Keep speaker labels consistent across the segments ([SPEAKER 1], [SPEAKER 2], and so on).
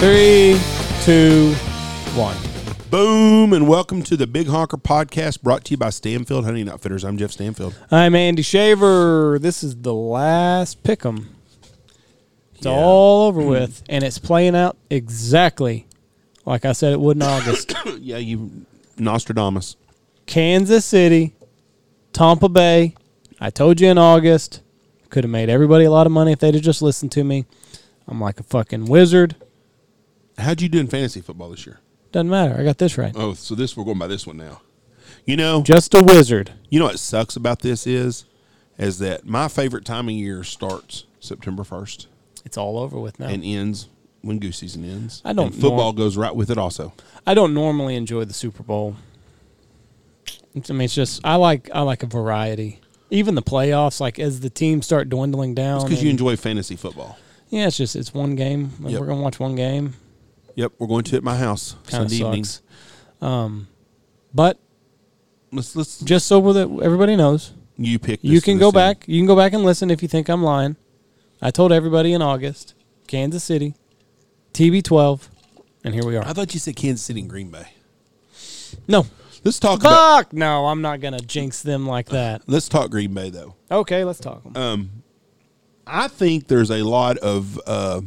[SPEAKER 1] Three, two, one.
[SPEAKER 2] Boom, and welcome to the Big Honker Podcast brought to you by Stanfield Hunting Outfitters. I'm Jeff Stanfield.
[SPEAKER 1] I'm Andy Shaver. This is the last pick'em. It's
[SPEAKER 2] Yeah. Hmm.
[SPEAKER 1] all over with, and it's playing out exactly like I said it would in August.
[SPEAKER 2] yeah, you Nostradamus.
[SPEAKER 1] Kansas City, Tampa Bay. I told you in August. Could have made everybody a lot of money if they'd have just listened to me. I'm like a fucking wizard.
[SPEAKER 2] How'd you do in fantasy football this year?
[SPEAKER 1] Doesn't matter. I got this right.
[SPEAKER 2] Oh, so this we're going by this one now. You know,
[SPEAKER 1] Just a wizard.
[SPEAKER 2] you know what sucks about this is, is that my favorite time of year starts September first
[SPEAKER 1] It's all over with now.
[SPEAKER 2] and ends when goose season ends.
[SPEAKER 1] I don't
[SPEAKER 2] And football
[SPEAKER 1] norm-
[SPEAKER 2] goes right with it also.
[SPEAKER 1] I don't normally enjoy the Super Bowl. It's- I mean, it's just I like I like a variety. Even the playoffs, like as the teams start dwindling down,
[SPEAKER 2] Because you
[SPEAKER 1] and-
[SPEAKER 2] enjoy fantasy football.
[SPEAKER 1] yeah, it's just it's one game. Like,
[SPEAKER 2] Yep.
[SPEAKER 1] We're gonna watch one game.
[SPEAKER 2] Yep, we're going to at my house
[SPEAKER 1] Kind of
[SPEAKER 2] Sunday evening.
[SPEAKER 1] sucks. Um, but
[SPEAKER 2] Let's let's
[SPEAKER 1] just so that everybody knows,
[SPEAKER 2] you pick.
[SPEAKER 1] you
[SPEAKER 2] this
[SPEAKER 1] can
[SPEAKER 2] for
[SPEAKER 1] go
[SPEAKER 2] this end.
[SPEAKER 1] back. You can go back and listen if you think I'm lying. I told everybody in August, Kansas City, TB12, and here we
[SPEAKER 2] I
[SPEAKER 1] are.
[SPEAKER 2] thought you said Kansas City and Green Bay.
[SPEAKER 1] No,
[SPEAKER 2] Let's talk about
[SPEAKER 1] fuck no, I'm not gonna jinx them like that.
[SPEAKER 2] Let's talk Green Bay though.
[SPEAKER 1] Okay, let's talk. 'em.
[SPEAKER 2] I think there's a lot of uh,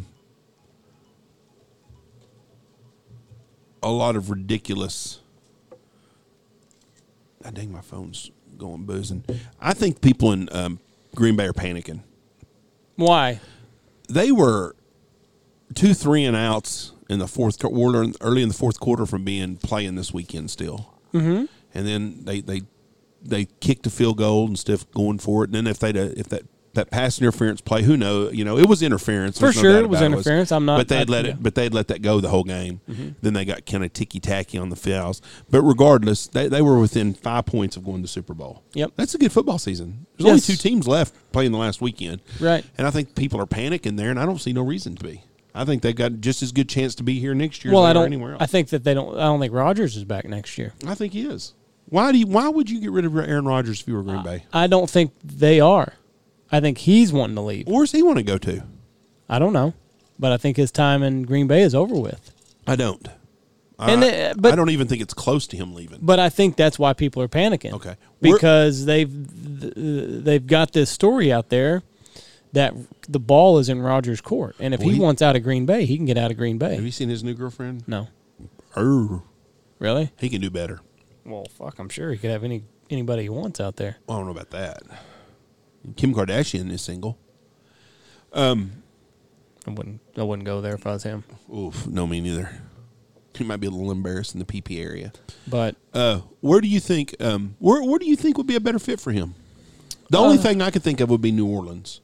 [SPEAKER 2] a lot of ridiculous. I dang, my phone's going boozing. I think people in um, Green Bay are panicking.
[SPEAKER 1] Why?
[SPEAKER 2] They were two three and outs in the fourth quarter, early in the fourth quarter, from being playing this weekend still. Mm-hmm. And then they they they kicked a field goal instead of going for it. And then if they if that that pass interference play, who knows? You know, it was interference.
[SPEAKER 1] For
[SPEAKER 2] There's no
[SPEAKER 1] sure,
[SPEAKER 2] doubt
[SPEAKER 1] it was
[SPEAKER 2] about
[SPEAKER 1] interference. I'm not-
[SPEAKER 2] But they'd
[SPEAKER 1] I-
[SPEAKER 2] let it.
[SPEAKER 1] yeah. Mm-hmm.
[SPEAKER 2] But they'd let that go the whole game. Then they got kind of ticky tacky on the fouls. But regardless, they they were within five points of going to Super Bowl.
[SPEAKER 1] Yep.
[SPEAKER 2] that's a good football season. There's
[SPEAKER 1] Yes.
[SPEAKER 2] only two teams left playing the last weekend.
[SPEAKER 1] Right.
[SPEAKER 2] And I think people are panicking there, and I don't see no reason to be. I think they've got just as good chance to be here next year
[SPEAKER 1] Well,
[SPEAKER 2] as they
[SPEAKER 1] I
[SPEAKER 2] are
[SPEAKER 1] don't.
[SPEAKER 2] anywhere else.
[SPEAKER 1] I think that they don't. I don't think Rogers is back next year.
[SPEAKER 2] I think he is. Why do you, why would you get rid of Aaron Rodgers if you were Green Bay?
[SPEAKER 1] I don't think they are. I think he's wanting to leave.
[SPEAKER 2] Where's he want to go to?
[SPEAKER 1] I don't know, but I think his time in Green Bay is over with.
[SPEAKER 2] I don't.
[SPEAKER 1] And
[SPEAKER 2] I,
[SPEAKER 1] it- but-
[SPEAKER 2] I don't even think it's close to him leaving.
[SPEAKER 1] But I think that's why people are panicking.
[SPEAKER 2] Okay. We're-
[SPEAKER 1] because they've th- they've got this story out there that the ball is in Rogers' court, and if
[SPEAKER 2] Well,
[SPEAKER 1] he,
[SPEAKER 2] he-
[SPEAKER 1] wants out of Green Bay, he can get out of Green
[SPEAKER 2] Have
[SPEAKER 1] Bay.
[SPEAKER 2] you seen his new girlfriend?
[SPEAKER 1] No,
[SPEAKER 2] Oh,
[SPEAKER 1] really?
[SPEAKER 2] he can do better.
[SPEAKER 1] Well, fuck. I'm sure he could have any anybody he wants out there.
[SPEAKER 2] I don't know about that. Kim Kardashian is single.
[SPEAKER 1] I wouldn't. I wouldn't go there if I was him.
[SPEAKER 2] Oof, no, me neither. He might be a little embarrassed in the PP area.
[SPEAKER 1] But
[SPEAKER 2] Uh, where do you think? Um, where where do you think would be a better fit for him? The only
[SPEAKER 1] Uh,
[SPEAKER 2] thing I could think of would be New Orleans.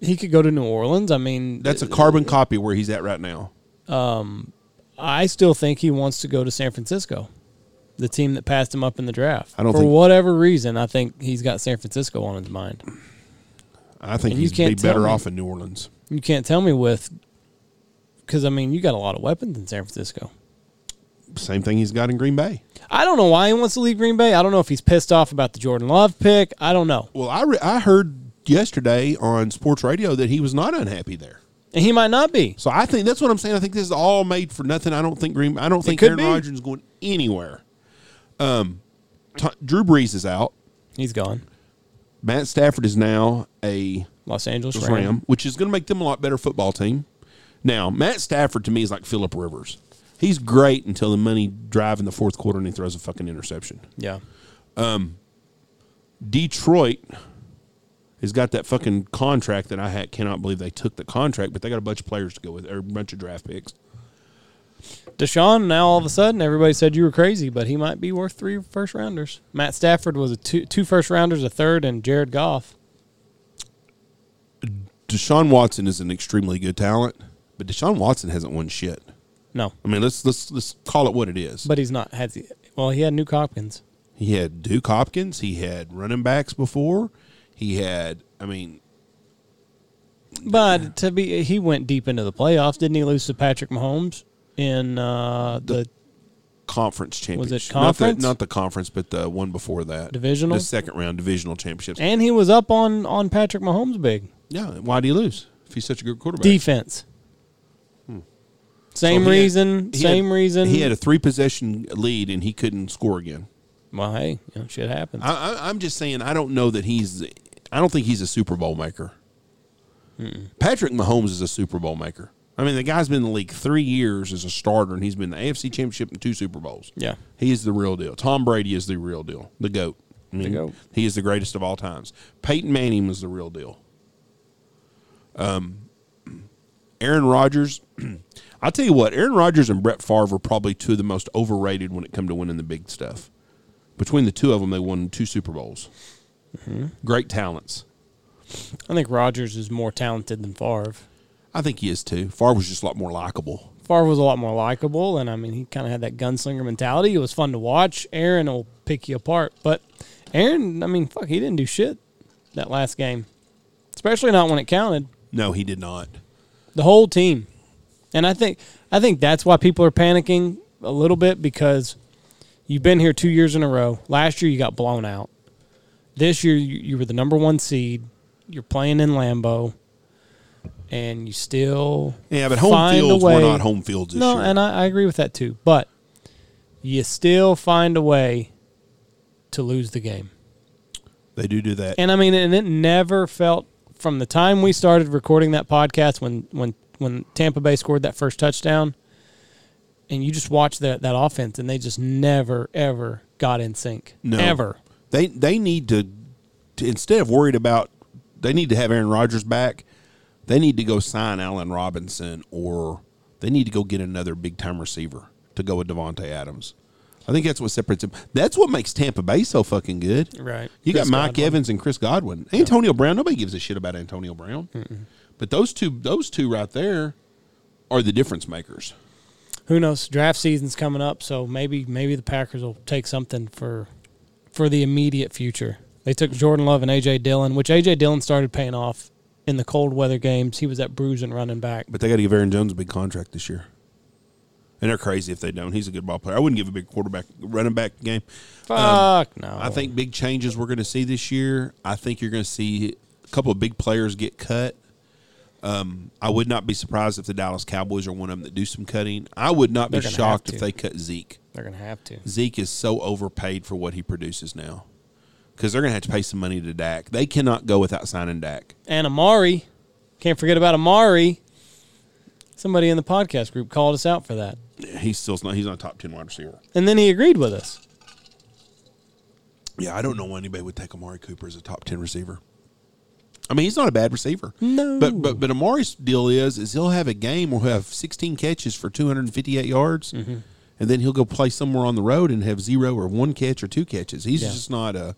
[SPEAKER 1] he could go to New Orleans. I mean,
[SPEAKER 2] That's a carbon copy where he's at right now.
[SPEAKER 1] I still think he wants to go to San Francisco, the team that passed him up in the draft.
[SPEAKER 2] I don't
[SPEAKER 1] For
[SPEAKER 2] think-
[SPEAKER 1] whatever reason, I think he's got San Francisco on his mind.
[SPEAKER 2] I think
[SPEAKER 1] And you
[SPEAKER 2] he'd be
[SPEAKER 1] can't tell
[SPEAKER 2] better
[SPEAKER 1] me.
[SPEAKER 2] off in New Orleans.
[SPEAKER 1] You can't tell me with, because I mean, you got a lot of weapons in San Francisco.
[SPEAKER 2] Same thing he's got in Green Bay.
[SPEAKER 1] I don't know why he wants to leave Green Bay. I don't know if he's pissed off about the Jordan Love pick. I don't know,
[SPEAKER 2] Well, I re- I heard yesterday on sports radio that he was not unhappy there.
[SPEAKER 1] and he might not be.
[SPEAKER 2] So I think that's what I'm saying. I think this is all made for nothing. I don't think Green. I don't think
[SPEAKER 1] could
[SPEAKER 2] Aaron
[SPEAKER 1] be.
[SPEAKER 2] Rodgers is going anywhere. Um, T- Drew Brees is out.
[SPEAKER 1] He's gone.
[SPEAKER 2] Matt Stafford is now a
[SPEAKER 1] Los Angeles
[SPEAKER 2] Ram,
[SPEAKER 1] Ram.
[SPEAKER 2] which is going to make them a lot better football team. Now, Matt Stafford to me is like Philip Rivers. He's great until the money drive in the fourth quarter and he throws a fucking interception.
[SPEAKER 1] Yeah,
[SPEAKER 2] Detroit has got that fucking contract that I had, cannot believe they took the contract, but they got a bunch of players to go with, or a bunch of draft picks.
[SPEAKER 1] Deshaun. Now all of a sudden, everybody said you were crazy, but he might be worth three first rounders. Matt Stafford was a two two first rounders, a third, and Jared Goff.
[SPEAKER 2] Deshaun Watson is an extremely good talent, but Deshaun Watson hasn't won shit.
[SPEAKER 1] No,
[SPEAKER 2] I mean, let's let's let's call it what it is.
[SPEAKER 1] But he's not. Has he? Well, he had New Hopkins.
[SPEAKER 2] He had Duke Hopkins. He had running backs before. He had, I mean,
[SPEAKER 1] But to be, he went deep into the playoffs, didn't he? Lose to Patrick Mahomes in uh, the,
[SPEAKER 2] conference
[SPEAKER 1] Was
[SPEAKER 2] championship.
[SPEAKER 1] it
[SPEAKER 2] Not
[SPEAKER 1] conference?
[SPEAKER 2] the, not the conference, but the one before that.
[SPEAKER 1] Divisional?
[SPEAKER 2] The second round divisional championships.
[SPEAKER 1] and he was up on on Patrick Mahomes big
[SPEAKER 2] yeah. Why do you lose if he's such a good quarterback?
[SPEAKER 1] defense. Same
[SPEAKER 2] Hmm. So he had-
[SPEAKER 1] reason.
[SPEAKER 2] he had-
[SPEAKER 1] same reason.
[SPEAKER 2] He had a three possession lead and he couldn't score again.
[SPEAKER 1] well, hey, you know, shit happens.
[SPEAKER 2] I, I, I'm just saying, I don't know that he's. I don't think he's a Super Bowl maker.
[SPEAKER 1] Hmm.
[SPEAKER 2] Patrick Mahomes is a Super Bowl maker. I mean, the guy's been in the league three years as a starter, and he's been the AFC Championship and two Super Bowls.
[SPEAKER 1] yeah.
[SPEAKER 2] He is the real deal. Tom Brady is the real deal, the goat. I mean,
[SPEAKER 1] GOAT.
[SPEAKER 2] He is the greatest of all times. Peyton Manning was the real deal. Um, Aaron Rodgers. I'll tell you what, Aaron Rodgers and Brett Favre are probably two of the most overrated when it come to winning the big stuff. Between the two of them, they won two Super Bowls. Great talents.
[SPEAKER 1] I think Rodgers is more talented than Favre.
[SPEAKER 2] I think he is too. Favre was just a lot more likable.
[SPEAKER 1] Favre was a lot more likable, and I mean, he kind of had that gunslinger mentality. It was fun to watch. Aaron will pick you apart, but Aaron, I mean, fuck, he didn't do shit that last game, especially not when it counted.
[SPEAKER 2] No, he did not.
[SPEAKER 1] The whole team, and I think I think that's why people are panicking a little bit because you've been here two years in a row. Last year you got blown out. This year you, you were the number one seed. You're playing in Lambeau, and you still
[SPEAKER 2] Yeah, but home
[SPEAKER 1] Find a
[SPEAKER 2] fields
[SPEAKER 1] way-
[SPEAKER 2] were not home fields this
[SPEAKER 1] no,
[SPEAKER 2] year.
[SPEAKER 1] and I, I agree with that too. But you still find a way to lose the game.
[SPEAKER 2] they do do that.
[SPEAKER 1] And I mean, and it never felt from the time we started recording that podcast when when when Tampa Bay scored that first touchdown, and you just watched that that offense, and they just never ever got in sync.
[SPEAKER 2] No.
[SPEAKER 1] Ever.
[SPEAKER 2] They they need to, to instead of worried about they need to have Aaron Rodgers back. They need to go sign Allen Robinson or they need to go get another big time receiver to go with Devontae Adams. I think that's what separates them. That's what makes Tampa Bay so fucking good.
[SPEAKER 1] Right.
[SPEAKER 2] You
[SPEAKER 1] Chris
[SPEAKER 2] got Mike
[SPEAKER 1] Godwin.
[SPEAKER 2] Evans and Chris Godwin. Antonio Brown, nobody gives a shit about Antonio Brown. But those two those two right there are the difference makers.
[SPEAKER 1] Who knows? Draft season's coming up, so maybe maybe the Packers will take something for for the immediate future. They took Jordan Love and AJ Dillon, which AJ Dillon started paying off in the cold weather games. He was that bruising running back.
[SPEAKER 2] But they got to give Aaron Jones a big contract this year. And they're crazy if they don't. He's a good ball player. I wouldn't give a big quarterback running back game.
[SPEAKER 1] Fuck no.
[SPEAKER 2] Um, I think big changes we're going to see this year. I think you're going to see a couple of big players get cut. Um, I would not be surprised if the Dallas Cowboys are one of them that do some cutting. I would not be
[SPEAKER 1] They're gonna
[SPEAKER 2] shocked
[SPEAKER 1] have
[SPEAKER 2] if
[SPEAKER 1] to.
[SPEAKER 2] they cut Zeke.
[SPEAKER 1] they're gonna have to.
[SPEAKER 2] Zeke is so overpaid for what he produces now because they're going to have to pay some money to Dak. They cannot go without signing Dak.
[SPEAKER 1] And Amari. Can't forget about Amari. Somebody in the podcast group called us out for that.
[SPEAKER 2] He's still not. He's not a top ten wide receiver.
[SPEAKER 1] And then he agreed with us.
[SPEAKER 2] Yeah, I don't know why anybody would take Amari Cooper as a top ten receiver. I mean, he's not a bad receiver.
[SPEAKER 1] No.
[SPEAKER 2] but but but Amari's deal is is he'll have a game where he'll have 16 catches for 258 yards,
[SPEAKER 1] Mm-hmm.
[SPEAKER 2] and then he'll go play somewhere on the road and have zero or one catch or two catches. He's
[SPEAKER 1] Yeah.
[SPEAKER 2] just not a.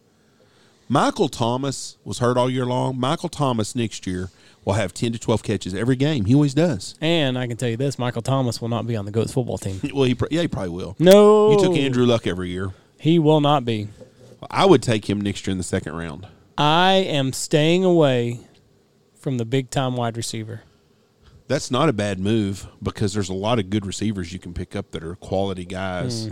[SPEAKER 2] Michael Thomas was hurt all year long. Michael Thomas next year will have 10 to 12 catches every game. He always does.
[SPEAKER 1] And I can tell you this, Michael Thomas will not be on the GOATS football team.
[SPEAKER 2] Well, he pr- yeah, he probably will.
[SPEAKER 1] No.
[SPEAKER 2] You took Andrew Luck every year.
[SPEAKER 1] He will not be.
[SPEAKER 2] I would take him next year in the second round.
[SPEAKER 1] I am staying away from the big time wide receiver.
[SPEAKER 2] that's not a bad move because there's a lot of good receivers you can pick up that are quality guys.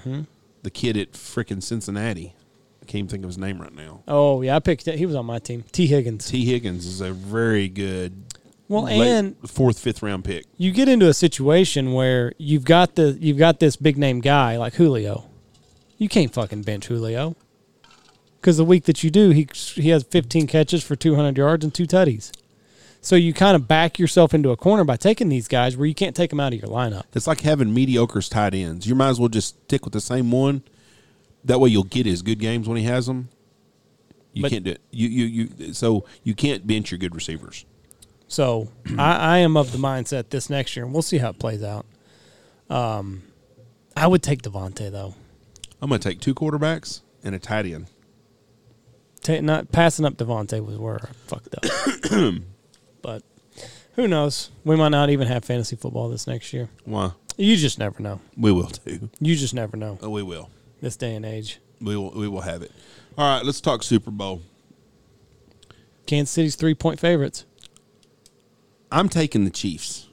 [SPEAKER 2] The kid at frickin' Cincinnati, I can't even think of his name right now.
[SPEAKER 1] Oh yeah, I picked it. He was on my team. T. Higgins.
[SPEAKER 2] T. Higgins is a very good,
[SPEAKER 1] Well,
[SPEAKER 2] late
[SPEAKER 1] and
[SPEAKER 2] fourth, fifth round pick.
[SPEAKER 1] you get into a situation where you've got the you've got this big name guy like Julio. You can't fucking bench Julio. Because the week that you do, he he has 15 catches for 200 yards and two tutties. So you kind of back yourself into a corner by taking these guys where you can't take them out of your lineup.
[SPEAKER 2] It's like having mediocre tight ends. You might as well just stick with the same one. That way, you'll get his good games when he has them. You
[SPEAKER 1] But-
[SPEAKER 2] can't do it. You, you you so you can't bench your good receivers.
[SPEAKER 1] So I, I am of the mindset this next year, and we'll see how it plays out. Um, I would take Devontae though.
[SPEAKER 2] I'm going to take two quarterbacks and a tight end.
[SPEAKER 1] Ta not passing up Devontae was where I fucked up. but who knows? We might not even have fantasy football this next year.
[SPEAKER 2] Why?
[SPEAKER 1] You just never know.
[SPEAKER 2] We will too.
[SPEAKER 1] You just never know
[SPEAKER 2] Oh, we will.
[SPEAKER 1] this day and age.
[SPEAKER 2] We will, we will have it. All right, let's talk Super Bowl.
[SPEAKER 1] Kansas City's three point favorites.
[SPEAKER 2] I'm taking the Chiefs.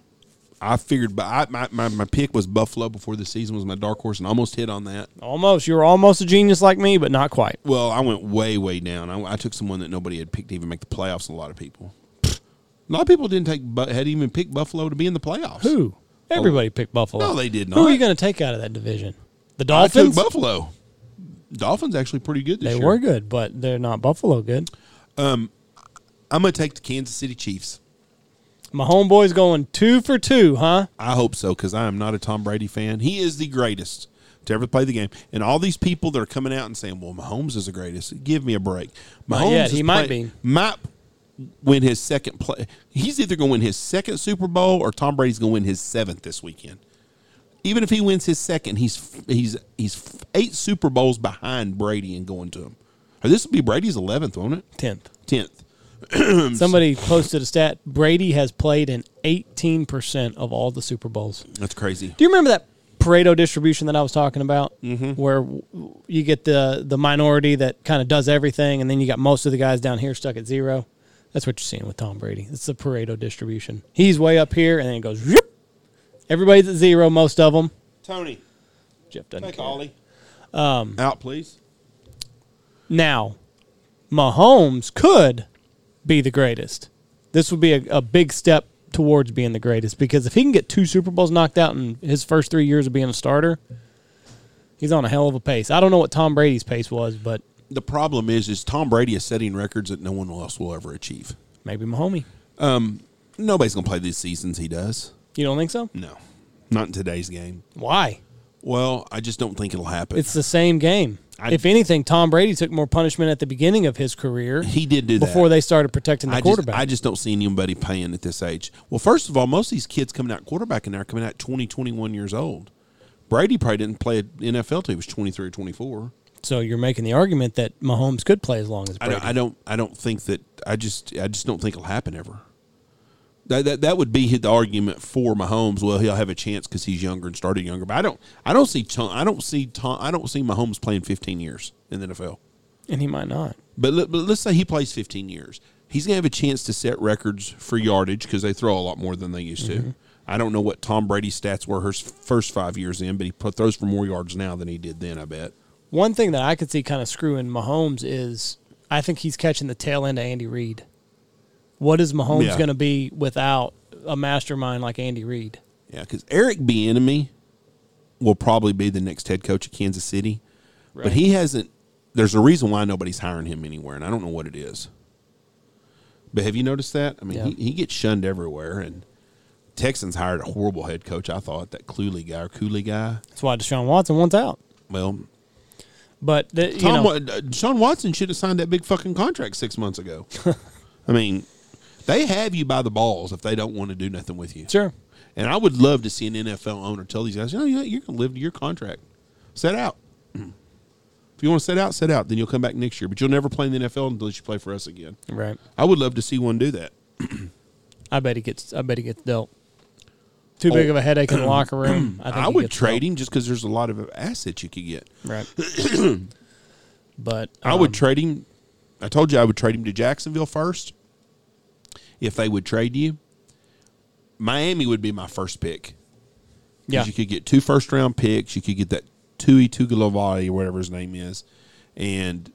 [SPEAKER 2] I figured, but I, my, my, my pick was Buffalo before the season was my dark horse, and almost hit on that.
[SPEAKER 1] Almost. You were almost a genius like me, but not quite.
[SPEAKER 2] Well, I went way way down. I, I took someone that nobody had picked to even make the playoffs. A lot of people, a lot of people didn't take Bu- had even picked Buffalo to be in the playoffs.
[SPEAKER 1] Who? Everybody picked Buffalo.
[SPEAKER 2] No, they did
[SPEAKER 1] Who
[SPEAKER 2] not.
[SPEAKER 1] are you going to take out of that division? The
[SPEAKER 2] I took
[SPEAKER 1] Dolphins.
[SPEAKER 2] Buffalo. Dolphins actually pretty good this
[SPEAKER 1] They
[SPEAKER 2] year.
[SPEAKER 1] were good, but they're not Buffalo good.
[SPEAKER 2] I'm going to take the Kansas City Chiefs.
[SPEAKER 1] My homeboy's going two for two, huh?
[SPEAKER 2] I hope so because I am not a Tom Brady fan. He is the greatest to ever play the game. And all these people that are coming out and saying, "Well, Mahomes is the greatest," give me a break. Mahomes,
[SPEAKER 1] Not yet.
[SPEAKER 2] is
[SPEAKER 1] He might
[SPEAKER 2] play-
[SPEAKER 1] be.
[SPEAKER 2] might win his second play. He's either going to win his second Super Bowl or Tom Brady's going to win his seventh this weekend. Even if he wins his second, he's he's he's eight Super Bowls behind Brady and going to him. Or this will be Brady's eleventh, won't it?
[SPEAKER 1] Tenth.
[SPEAKER 2] Tenth.
[SPEAKER 1] Somebody posted a stat. Brady has played in 18% of all the Super Bowls.
[SPEAKER 2] That's crazy.
[SPEAKER 1] Do you remember that Pareto distribution that I was talking about, mm-hmm. where w- you get the the minority that kind of does everything, and then you got most of the guys down here stuck at zero? That's what you're seeing with Tom Brady. It's the Pareto distribution. He's way up here, and then it goes. Whoop. Everybody's at zero. Most of them.
[SPEAKER 2] Tony,
[SPEAKER 1] Jeff doesn't
[SPEAKER 2] take
[SPEAKER 1] care.
[SPEAKER 2] Ollie. Um, out, please.
[SPEAKER 1] Now, Mahomes could be the greatest. This would be a, a big step towards being the greatest because if he can get two Super Bowls knocked out in his first three years of being a starter, he's on a hell of a pace. I don't know what Tom Brady's pace was, but
[SPEAKER 2] the problem is is Tom Brady is setting records that no one else will ever achieve.
[SPEAKER 1] maybe Mahomie.
[SPEAKER 2] Nobody's gonna play these seasons he does.
[SPEAKER 1] You don't think so?
[SPEAKER 2] No. Not in today's game.
[SPEAKER 1] Why?
[SPEAKER 2] Well, I just don't think it'll happen.
[SPEAKER 1] It's the same game.
[SPEAKER 2] I-
[SPEAKER 1] if anything, Tom Brady took more punishment at the beginning of his career
[SPEAKER 2] he did do that
[SPEAKER 1] before they started protecting the
[SPEAKER 2] I just,
[SPEAKER 1] quarterback.
[SPEAKER 2] I just don't see anybody paying at this age. Well, first of all, most of these kids coming out quarterbacking now are coming out 20, 21 years old. Brady probably didn't play NFL till he was twenty three or twenty four.
[SPEAKER 1] so you're making the argument that Mahomes could play as long as
[SPEAKER 2] I
[SPEAKER 1] Brady.
[SPEAKER 2] don't, I don't. I don't think that. I just. I just don't think it'll happen ever. That that, that would be the argument for Mahomes. Well, he'll have a chance because he's younger and started younger. But I don't. I don't see. Tom, I don't see. Tom, I don't see Mahomes playing 15 years in the NFL.
[SPEAKER 1] and he might not.
[SPEAKER 2] But, let, but let's say he plays 15 years. He's gonna have a chance to set records for yardage because they throw a lot more than they used to. I don't know what Tom Brady's stats were his first five years in, but he put, throws for more yards now than he did then. I bet.
[SPEAKER 1] One thing that I could see kind of screwing Mahomes is I think he's catching the tail end of Andy Reid. What is Mahomes
[SPEAKER 2] Yeah.
[SPEAKER 1] going to be without a mastermind like Andy Reid?
[SPEAKER 2] Yeah, because Eric Bieniemy will probably be the next head coach of Kansas City, but
[SPEAKER 1] Right.
[SPEAKER 2] he hasn't. There's a reason why nobody's hiring him anywhere, and I don't know what it is. But have you noticed that? I mean,
[SPEAKER 1] Yeah.
[SPEAKER 2] he, he gets shunned everywhere, and Texans hired a horrible head coach. I thought that Cooley guy or Cooley guy.
[SPEAKER 1] That's why Deshaun Watson wants out.
[SPEAKER 2] Well,
[SPEAKER 1] But the, you
[SPEAKER 2] Tom
[SPEAKER 1] know,
[SPEAKER 2] Wa- uh, Sean Watson should have signed that big fucking contract six months ago. I mean, they have you by the balls if they don't want to do nothing with you.
[SPEAKER 1] sure,
[SPEAKER 2] And I would love to see an NFL owner tell these guys, you know, you- you're going to live to your contract. Set out. If you want to set out, set out. Then you'll come back next year. But you'll never play in the NFL unless you play for us again.
[SPEAKER 1] right.
[SPEAKER 2] I would love to see one do that.
[SPEAKER 1] I bet he gets. I bet he gets dealt. Too big of a headache in the locker room. I, think
[SPEAKER 2] Oh. I
[SPEAKER 1] he
[SPEAKER 2] would
[SPEAKER 1] gets
[SPEAKER 2] trade
[SPEAKER 1] dealt.
[SPEAKER 2] him just because there's a lot of assets you could get.
[SPEAKER 1] Right. but
[SPEAKER 2] I would
[SPEAKER 1] um,
[SPEAKER 2] trade him. I told you I would trade him to Jacksonville first. If they would trade you, Miami would be my first pick.
[SPEAKER 1] yeah.
[SPEAKER 2] you could get two first round picks. You could get that Tui Tugalovati or whatever his name is, and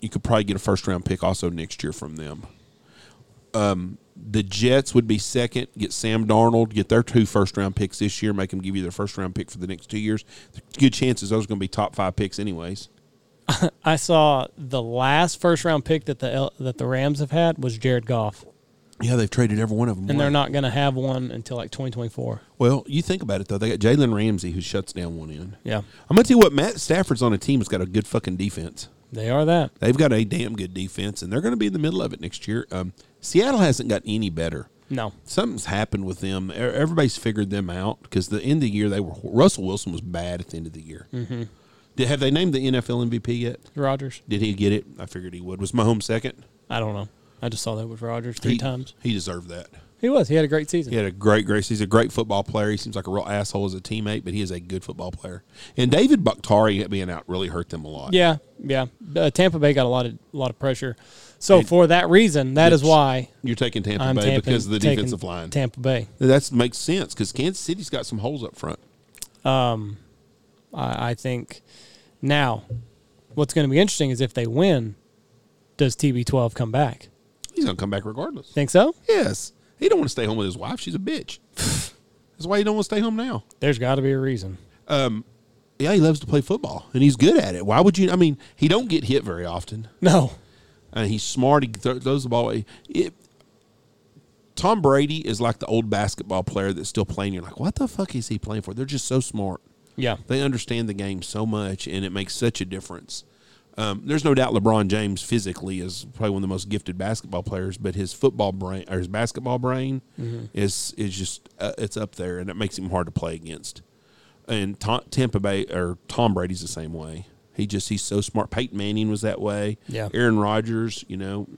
[SPEAKER 2] you could probably get a first round pick also next year from them. Um, the Jets would be second. Get Sam Darnold. Get their two first round picks this year. Make them give you their first round pick for the next two years. Good chances those are going to be top five picks anyways.
[SPEAKER 1] I saw the last first round pick that the L- that the Rams have had was Jared Goff,
[SPEAKER 2] Yeah, they've traded every one of them.
[SPEAKER 1] and they're not going to have one until like 2024.
[SPEAKER 2] Well, you think about it though. They got Jalen Ramsey who shuts down one end.
[SPEAKER 1] Yeah.
[SPEAKER 2] I'm gonna tell you what. Matt Stafford's on a team that's got a good fucking defense.
[SPEAKER 1] They are that.
[SPEAKER 2] They've got a damn good defense, and they're going to be in the middle of it next year. Um, Seattle hasn't got any better.
[SPEAKER 1] No.
[SPEAKER 2] Something's happened with them. E- Everybody's figured them out because the end of the year they were Russell Wilson was bad at the end of the year. Mm-hmm. Did, have they named the NFL MVP yet?
[SPEAKER 1] Rogers.
[SPEAKER 2] Did he get it? I figured he would. Was Mahomes second
[SPEAKER 1] I don't know. I just saw that with Rogers three
[SPEAKER 2] He-
[SPEAKER 1] times.
[SPEAKER 2] He deserved that.
[SPEAKER 1] He was. He had a great season.
[SPEAKER 2] He had a great grace. He's a great football player. He seems like a real asshole as a teammate, but he is a good football player. And David Bakhtari being out really hurt them a lot.
[SPEAKER 1] Yeah, yeah. Uh, Tampa Bay got a lot of a lot of pressure. So
[SPEAKER 2] And-
[SPEAKER 1] for that reason, that is
[SPEAKER 2] Yes.
[SPEAKER 1] why
[SPEAKER 2] You're taking Tampa
[SPEAKER 1] I'm
[SPEAKER 2] Bay
[SPEAKER 1] Tampa,
[SPEAKER 2] because of the
[SPEAKER 1] taking
[SPEAKER 2] defensive line.
[SPEAKER 1] Tampa Bay.
[SPEAKER 2] That makes sense because Kansas City's got some holes up front.
[SPEAKER 1] I, I think now what's going to be interesting is if they win, does TB12 come back?
[SPEAKER 2] He's gonna come back regardless.
[SPEAKER 1] Think so?
[SPEAKER 2] Yes, he don't want to stay home with his wife. She's a bitch. That's why he don't want to stay home now.
[SPEAKER 1] There's got to be a reason.
[SPEAKER 2] Yeah, he loves to play football and he's good at it. Why would you? I mean, he don't get hit very often.
[SPEAKER 1] No.
[SPEAKER 2] and he's smart. He th- throws the ball. away. It, Tom Brady is like the old basketball player that's still playing. You're like, what the fuck is he playing for? They're just so smart.
[SPEAKER 1] Yeah.
[SPEAKER 2] They understand the game so much, and it makes such a difference. Um, there's no doubt LeBron James physically is probably one of the most gifted basketball players, but his football brain or his basketball brain is is just uh, it's up there, and it makes him hard to play against. And Tom, Tampa Bay or Tom Brady's the same way. He just he's so smart. Peyton Manning was that way.
[SPEAKER 1] Yeah.
[SPEAKER 2] Aaron Rodgers, you know,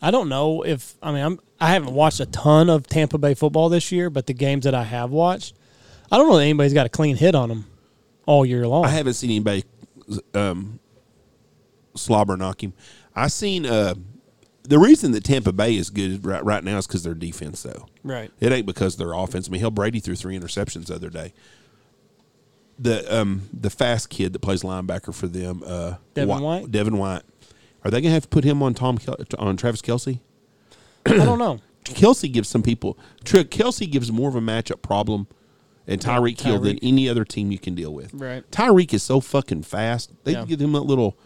[SPEAKER 1] I don't know if I mean I'm I haven't watched a ton of Tampa Bay football this year, but the games that I have watched, I don't know that anybody's got a clean hit on them all year long.
[SPEAKER 2] I haven't seen anybody um, slobber knock him. I seen uh, the reason that Tampa Bay is good right, right now is because their defense though.
[SPEAKER 1] right.
[SPEAKER 2] It ain't because their offense. I mean, hell, Brady threw three interceptions the other day. The um the fast kid that plays linebacker for them, uh,
[SPEAKER 1] Devin
[SPEAKER 2] Wa-
[SPEAKER 1] White?
[SPEAKER 2] Devin White. Are they gonna have to put him on Tom Kel- on Travis Kelsey?
[SPEAKER 1] I don't know.
[SPEAKER 2] Kelsey gives some people. Tr- Kelsey gives more of a matchup problem and Tyreek Hill than
[SPEAKER 1] Tyreek.
[SPEAKER 2] any other team you can deal with.
[SPEAKER 1] Right.
[SPEAKER 2] Tyreek is so fucking fast. They
[SPEAKER 1] Yeah.
[SPEAKER 2] give him a little.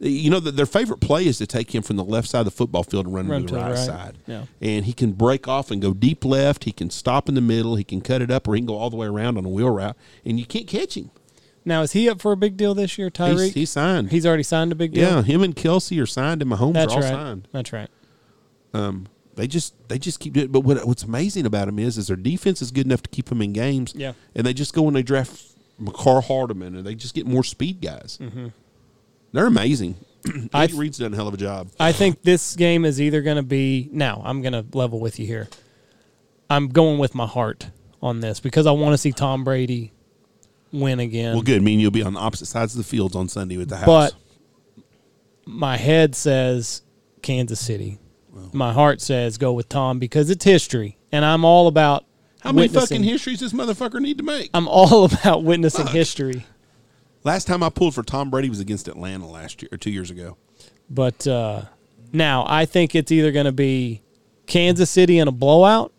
[SPEAKER 2] You know that their favorite play is to take him from the left side of the football field and run,
[SPEAKER 1] Run
[SPEAKER 2] him to the right, side.
[SPEAKER 1] Yeah.
[SPEAKER 2] And he can break off and go deep left. He can stop in the middle. He can cut it up, or he can go all the way around on a wheel route, and you can't catch him.
[SPEAKER 1] Now is he up for a big deal this year, Tyreek?
[SPEAKER 2] He's, he's signed.
[SPEAKER 1] He's already signed a big deal.
[SPEAKER 2] yeah, him and Kelsey are signed, and Mahomes
[SPEAKER 1] That's
[SPEAKER 2] are all
[SPEAKER 1] right.
[SPEAKER 2] signed.
[SPEAKER 1] That's right.
[SPEAKER 2] They just they just keep doing. But what, what's amazing about them is is their defense is good enough to keep them in games.
[SPEAKER 1] Yeah.
[SPEAKER 2] and they just go and they draft McCar Hardeman, and they just get more speed guys.
[SPEAKER 1] Mm-hmm.
[SPEAKER 2] They're amazing.
[SPEAKER 1] I-
[SPEAKER 2] Andy Reid's done a hell of a job.
[SPEAKER 1] I think this game is either going to be now. I'm going to level with you here. I'm going with my heart on this because I want to see Tom Brady win again.
[SPEAKER 2] Well, good. Mean you'll be on the opposite sides of the fields on Sunday with the house.
[SPEAKER 1] But my head says Kansas City. my heart says go with Tom because it's history, and I'm all about
[SPEAKER 2] how many
[SPEAKER 1] witnessing- Uh,
[SPEAKER 2] fucking histories does this motherfucker need to make?
[SPEAKER 1] I'm all about witnessing history.
[SPEAKER 2] Last time I pulled for Tom Brady was against Atlanta last year or two years ago.
[SPEAKER 1] But uh, now I think it's either going to be Kansas City in a blowout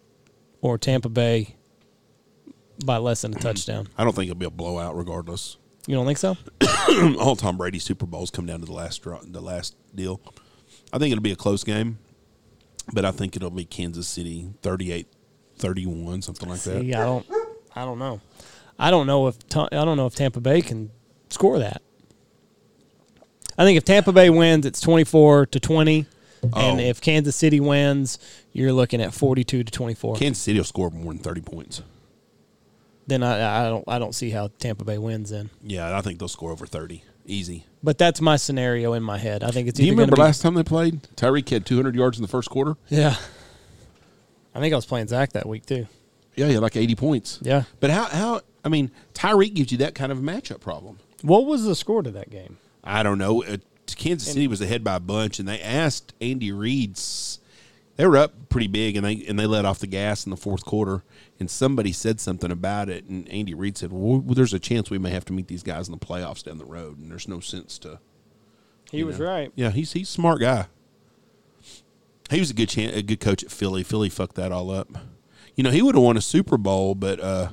[SPEAKER 1] or Tampa Bay by less than a touchdown.
[SPEAKER 2] I don't think it'll be a blowout, regardless.
[SPEAKER 1] You don't think so?
[SPEAKER 2] All Tom Brady Super Bowls come down to the last draw, the last deal. I think it'll be a close game, but I think it'll be Kansas City 38 31, something like that.
[SPEAKER 1] See, I don't. I don't know. I don't know if Ta- I don't know if Tampa Bay can score that. I think if Tampa Bay wins, it's twenty four to twenty, and
[SPEAKER 2] Oh.
[SPEAKER 1] if Kansas City wins, you're looking at forty two to twenty four.
[SPEAKER 2] Kansas City will score more than 30 points.
[SPEAKER 1] Then I, I don't I don't see how Tampa Bay wins then.
[SPEAKER 2] Yeah, I think they'll score over 30. Easy.
[SPEAKER 1] But that's my scenario in my head. I think it's
[SPEAKER 2] Do you
[SPEAKER 1] either gonna
[SPEAKER 2] remember
[SPEAKER 1] be-
[SPEAKER 2] last time they played? Tyreek had 200 yards in the first quarter.
[SPEAKER 1] yeah. I think I was playing Zach that week too.
[SPEAKER 2] Yeah, yeah, like 80 points.
[SPEAKER 1] Yeah.
[SPEAKER 2] But how, how, I mean, Tyreek gives you that kind of matchup problem.
[SPEAKER 1] What was the score to that game?
[SPEAKER 2] I don't know. Uh, Kansas City was ahead by a bunch, and they asked Andy Reid's. They were up pretty big, and they and they let off the gas in the fourth quarter. And somebody said something about it, and Andy Reid said, "Well, w- there's a chance we may have to meet these guys in the playoffs down the road, and there's no sense to."
[SPEAKER 1] He
[SPEAKER 2] you
[SPEAKER 1] was
[SPEAKER 2] know."
[SPEAKER 1] right.
[SPEAKER 2] Yeah, he's he's a smart guy. He was a good chan- a good coach at Philly. Philly fucked that all up. You know, he would have won a Super Bowl, but uh,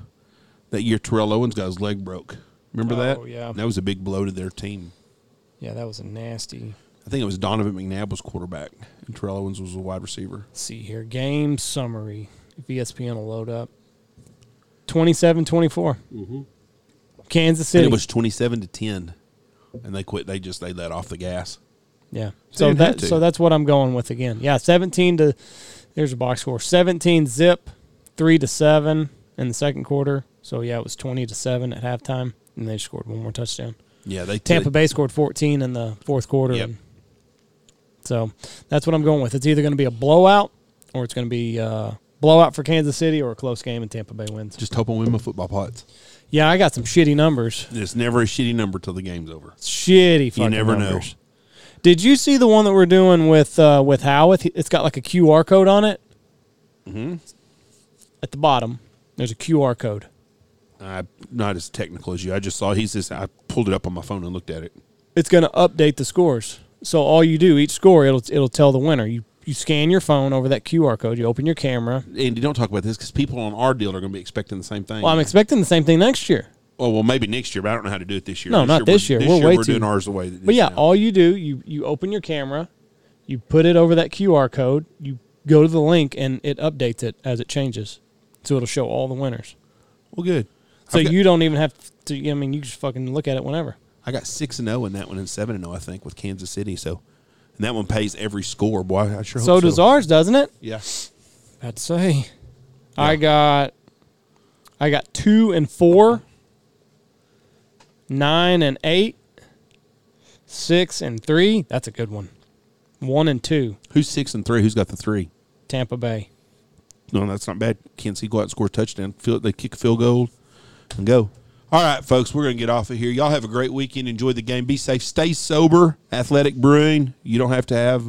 [SPEAKER 2] that year Terrell Owens got his leg broke. Remember that?
[SPEAKER 1] Oh, yeah.
[SPEAKER 2] that was a big blow to their team.
[SPEAKER 1] Yeah, that was a nasty.
[SPEAKER 2] I think it was Donovan McNabb was quarterback, and Terrell Owens was a wide receiver.
[SPEAKER 1] see here. Game summary. E If ESPN will load up. 27 24. Kansas
[SPEAKER 2] And
[SPEAKER 1] City.
[SPEAKER 2] it was twenty-seven to ten, and they quit. They just they let off the gas.
[SPEAKER 1] yeah. So
[SPEAKER 2] it had
[SPEAKER 1] that
[SPEAKER 2] to.
[SPEAKER 1] so that's what I'm going with again. Yeah, 17 to there's a box score. 17 zip, 3 to 7 in the second quarter. So yeah, it was 20 to 7 at halftime and they scored one more touchdown.
[SPEAKER 2] Yeah, they
[SPEAKER 1] Tampa Bay scored 14 in the fourth quarter.
[SPEAKER 2] Yep.
[SPEAKER 1] and- so that's what I'm going with. It's either going to be a blowout or it's going to be uh blowout for Kansas City or a close game and Tampa Bay wins.
[SPEAKER 2] Just hope I win my football pots.
[SPEAKER 1] Yeah, I got some shitty numbers.
[SPEAKER 2] It's never a shitty number till the game's over.
[SPEAKER 1] Shitty fucking
[SPEAKER 2] You never
[SPEAKER 1] numbers. Did you see the one that we're doing with uh, with Howith? It's got like a QR code on it. Mm-hmm. At the bottom, there's a QR code.
[SPEAKER 2] know. I'm not as technical as you. I just saw he's just. I pulled it up on my phone and looked at it.
[SPEAKER 1] It's going to update the scores. So all you do each score, it'll it'll tell the winner. You you scan your phone over that QR code. You open your camera.
[SPEAKER 2] Andy, don't talk about this because people on our deal are going to be expecting the same thing.
[SPEAKER 1] Well, I'm expecting the same thing next year.
[SPEAKER 2] oh, well, maybe next year, but I don't know how to do it this year.
[SPEAKER 1] No, not this year. We're way
[SPEAKER 2] we're doing
[SPEAKER 1] too-
[SPEAKER 2] ours the way. That it
[SPEAKER 1] But
[SPEAKER 2] is
[SPEAKER 1] yeah,
[SPEAKER 2] now.
[SPEAKER 1] all you do, you you open your camera, you put it over that QR code, you go to the link, and it updates it as it changes, so it'll show all the winners.
[SPEAKER 2] well, good.
[SPEAKER 1] So
[SPEAKER 2] I've got-
[SPEAKER 1] you don't even have to. I mean, you just fucking look at it whenever.
[SPEAKER 2] I got six and zero in that one and seven and zero I think with Kansas City. So, and that one pays every score. Boy, I sure.
[SPEAKER 1] So
[SPEAKER 2] hope
[SPEAKER 1] does ours, doesn't it?
[SPEAKER 2] Yeah.
[SPEAKER 1] I'd say. I got, I got two and four, nine and eight, six and three. That's a good one. One and two,
[SPEAKER 2] Who's six and three? Who's got the three?
[SPEAKER 1] Tampa Bay.
[SPEAKER 2] No, that's not bad. Kansas City go out and score a touchdown. Field, they kick a field goal and go. All right, folks, we're going to get off of here. Y'all have a great weekend. Enjoy the game. Be safe. Stay sober. Athletic brewing. You don't have to have,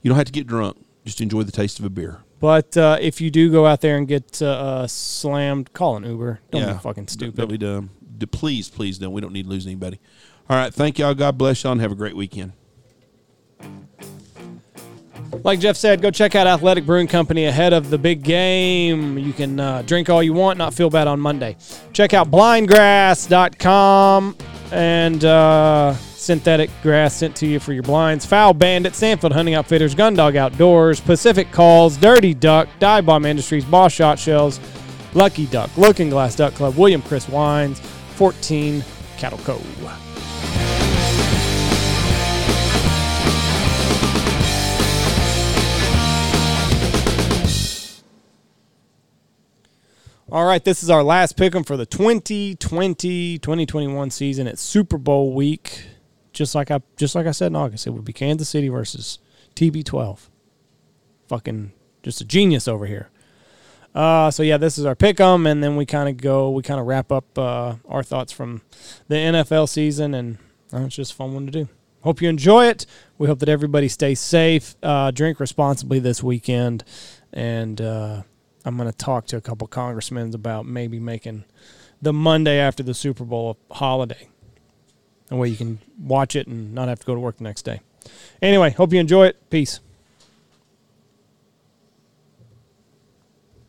[SPEAKER 2] you don't have to get drunk. Just enjoy the taste of a beer.
[SPEAKER 1] But uh, if you do go out there and get uh, uh, slammed, call an Uber. Don't
[SPEAKER 2] Yeah.
[SPEAKER 1] be fucking stupid.
[SPEAKER 2] Don't be dumb. D- Please, please don't. We don't need to lose anybody. All right. Thank y'all. God bless y'all and have a great weekend.
[SPEAKER 1] Like Jeff said, go check out Athletic Brewing Company ahead of the big game. You can uh, drink all you want, not feel bad on Monday. Check out blindgrass.com and uh, synthetic grass sent to you for your blinds. Foul Bandit, Sanford Hunting Outfitters, Gundog Outdoors, Pacific Calls, Dirty Duck, Dive Bomb Industries, Boss Shot Shells, Lucky Duck, Looking Glass Duck Club, William Chris Wines, 14 Cattle Co. All right, this is our last pick 'em for the 2020 2021 season. It's Super Bowl week. Just like I just like I said in August, it would be Kansas City versus TB12. Fucking just a genius over here. Uh, so yeah, this is our pick 'em and then we kind of go we kind of wrap up uh, our thoughts from the NFL season and uh, it's just a fun one to do. Hope you enjoy it. We hope that everybody stays safe, uh, drink responsibly this weekend and uh, I'm going to talk to a couple congressmen about maybe making the Monday after the Super Bowl a holiday, a way you can watch it and not have to go to work the next day. Anyway, hope you enjoy it. Peace.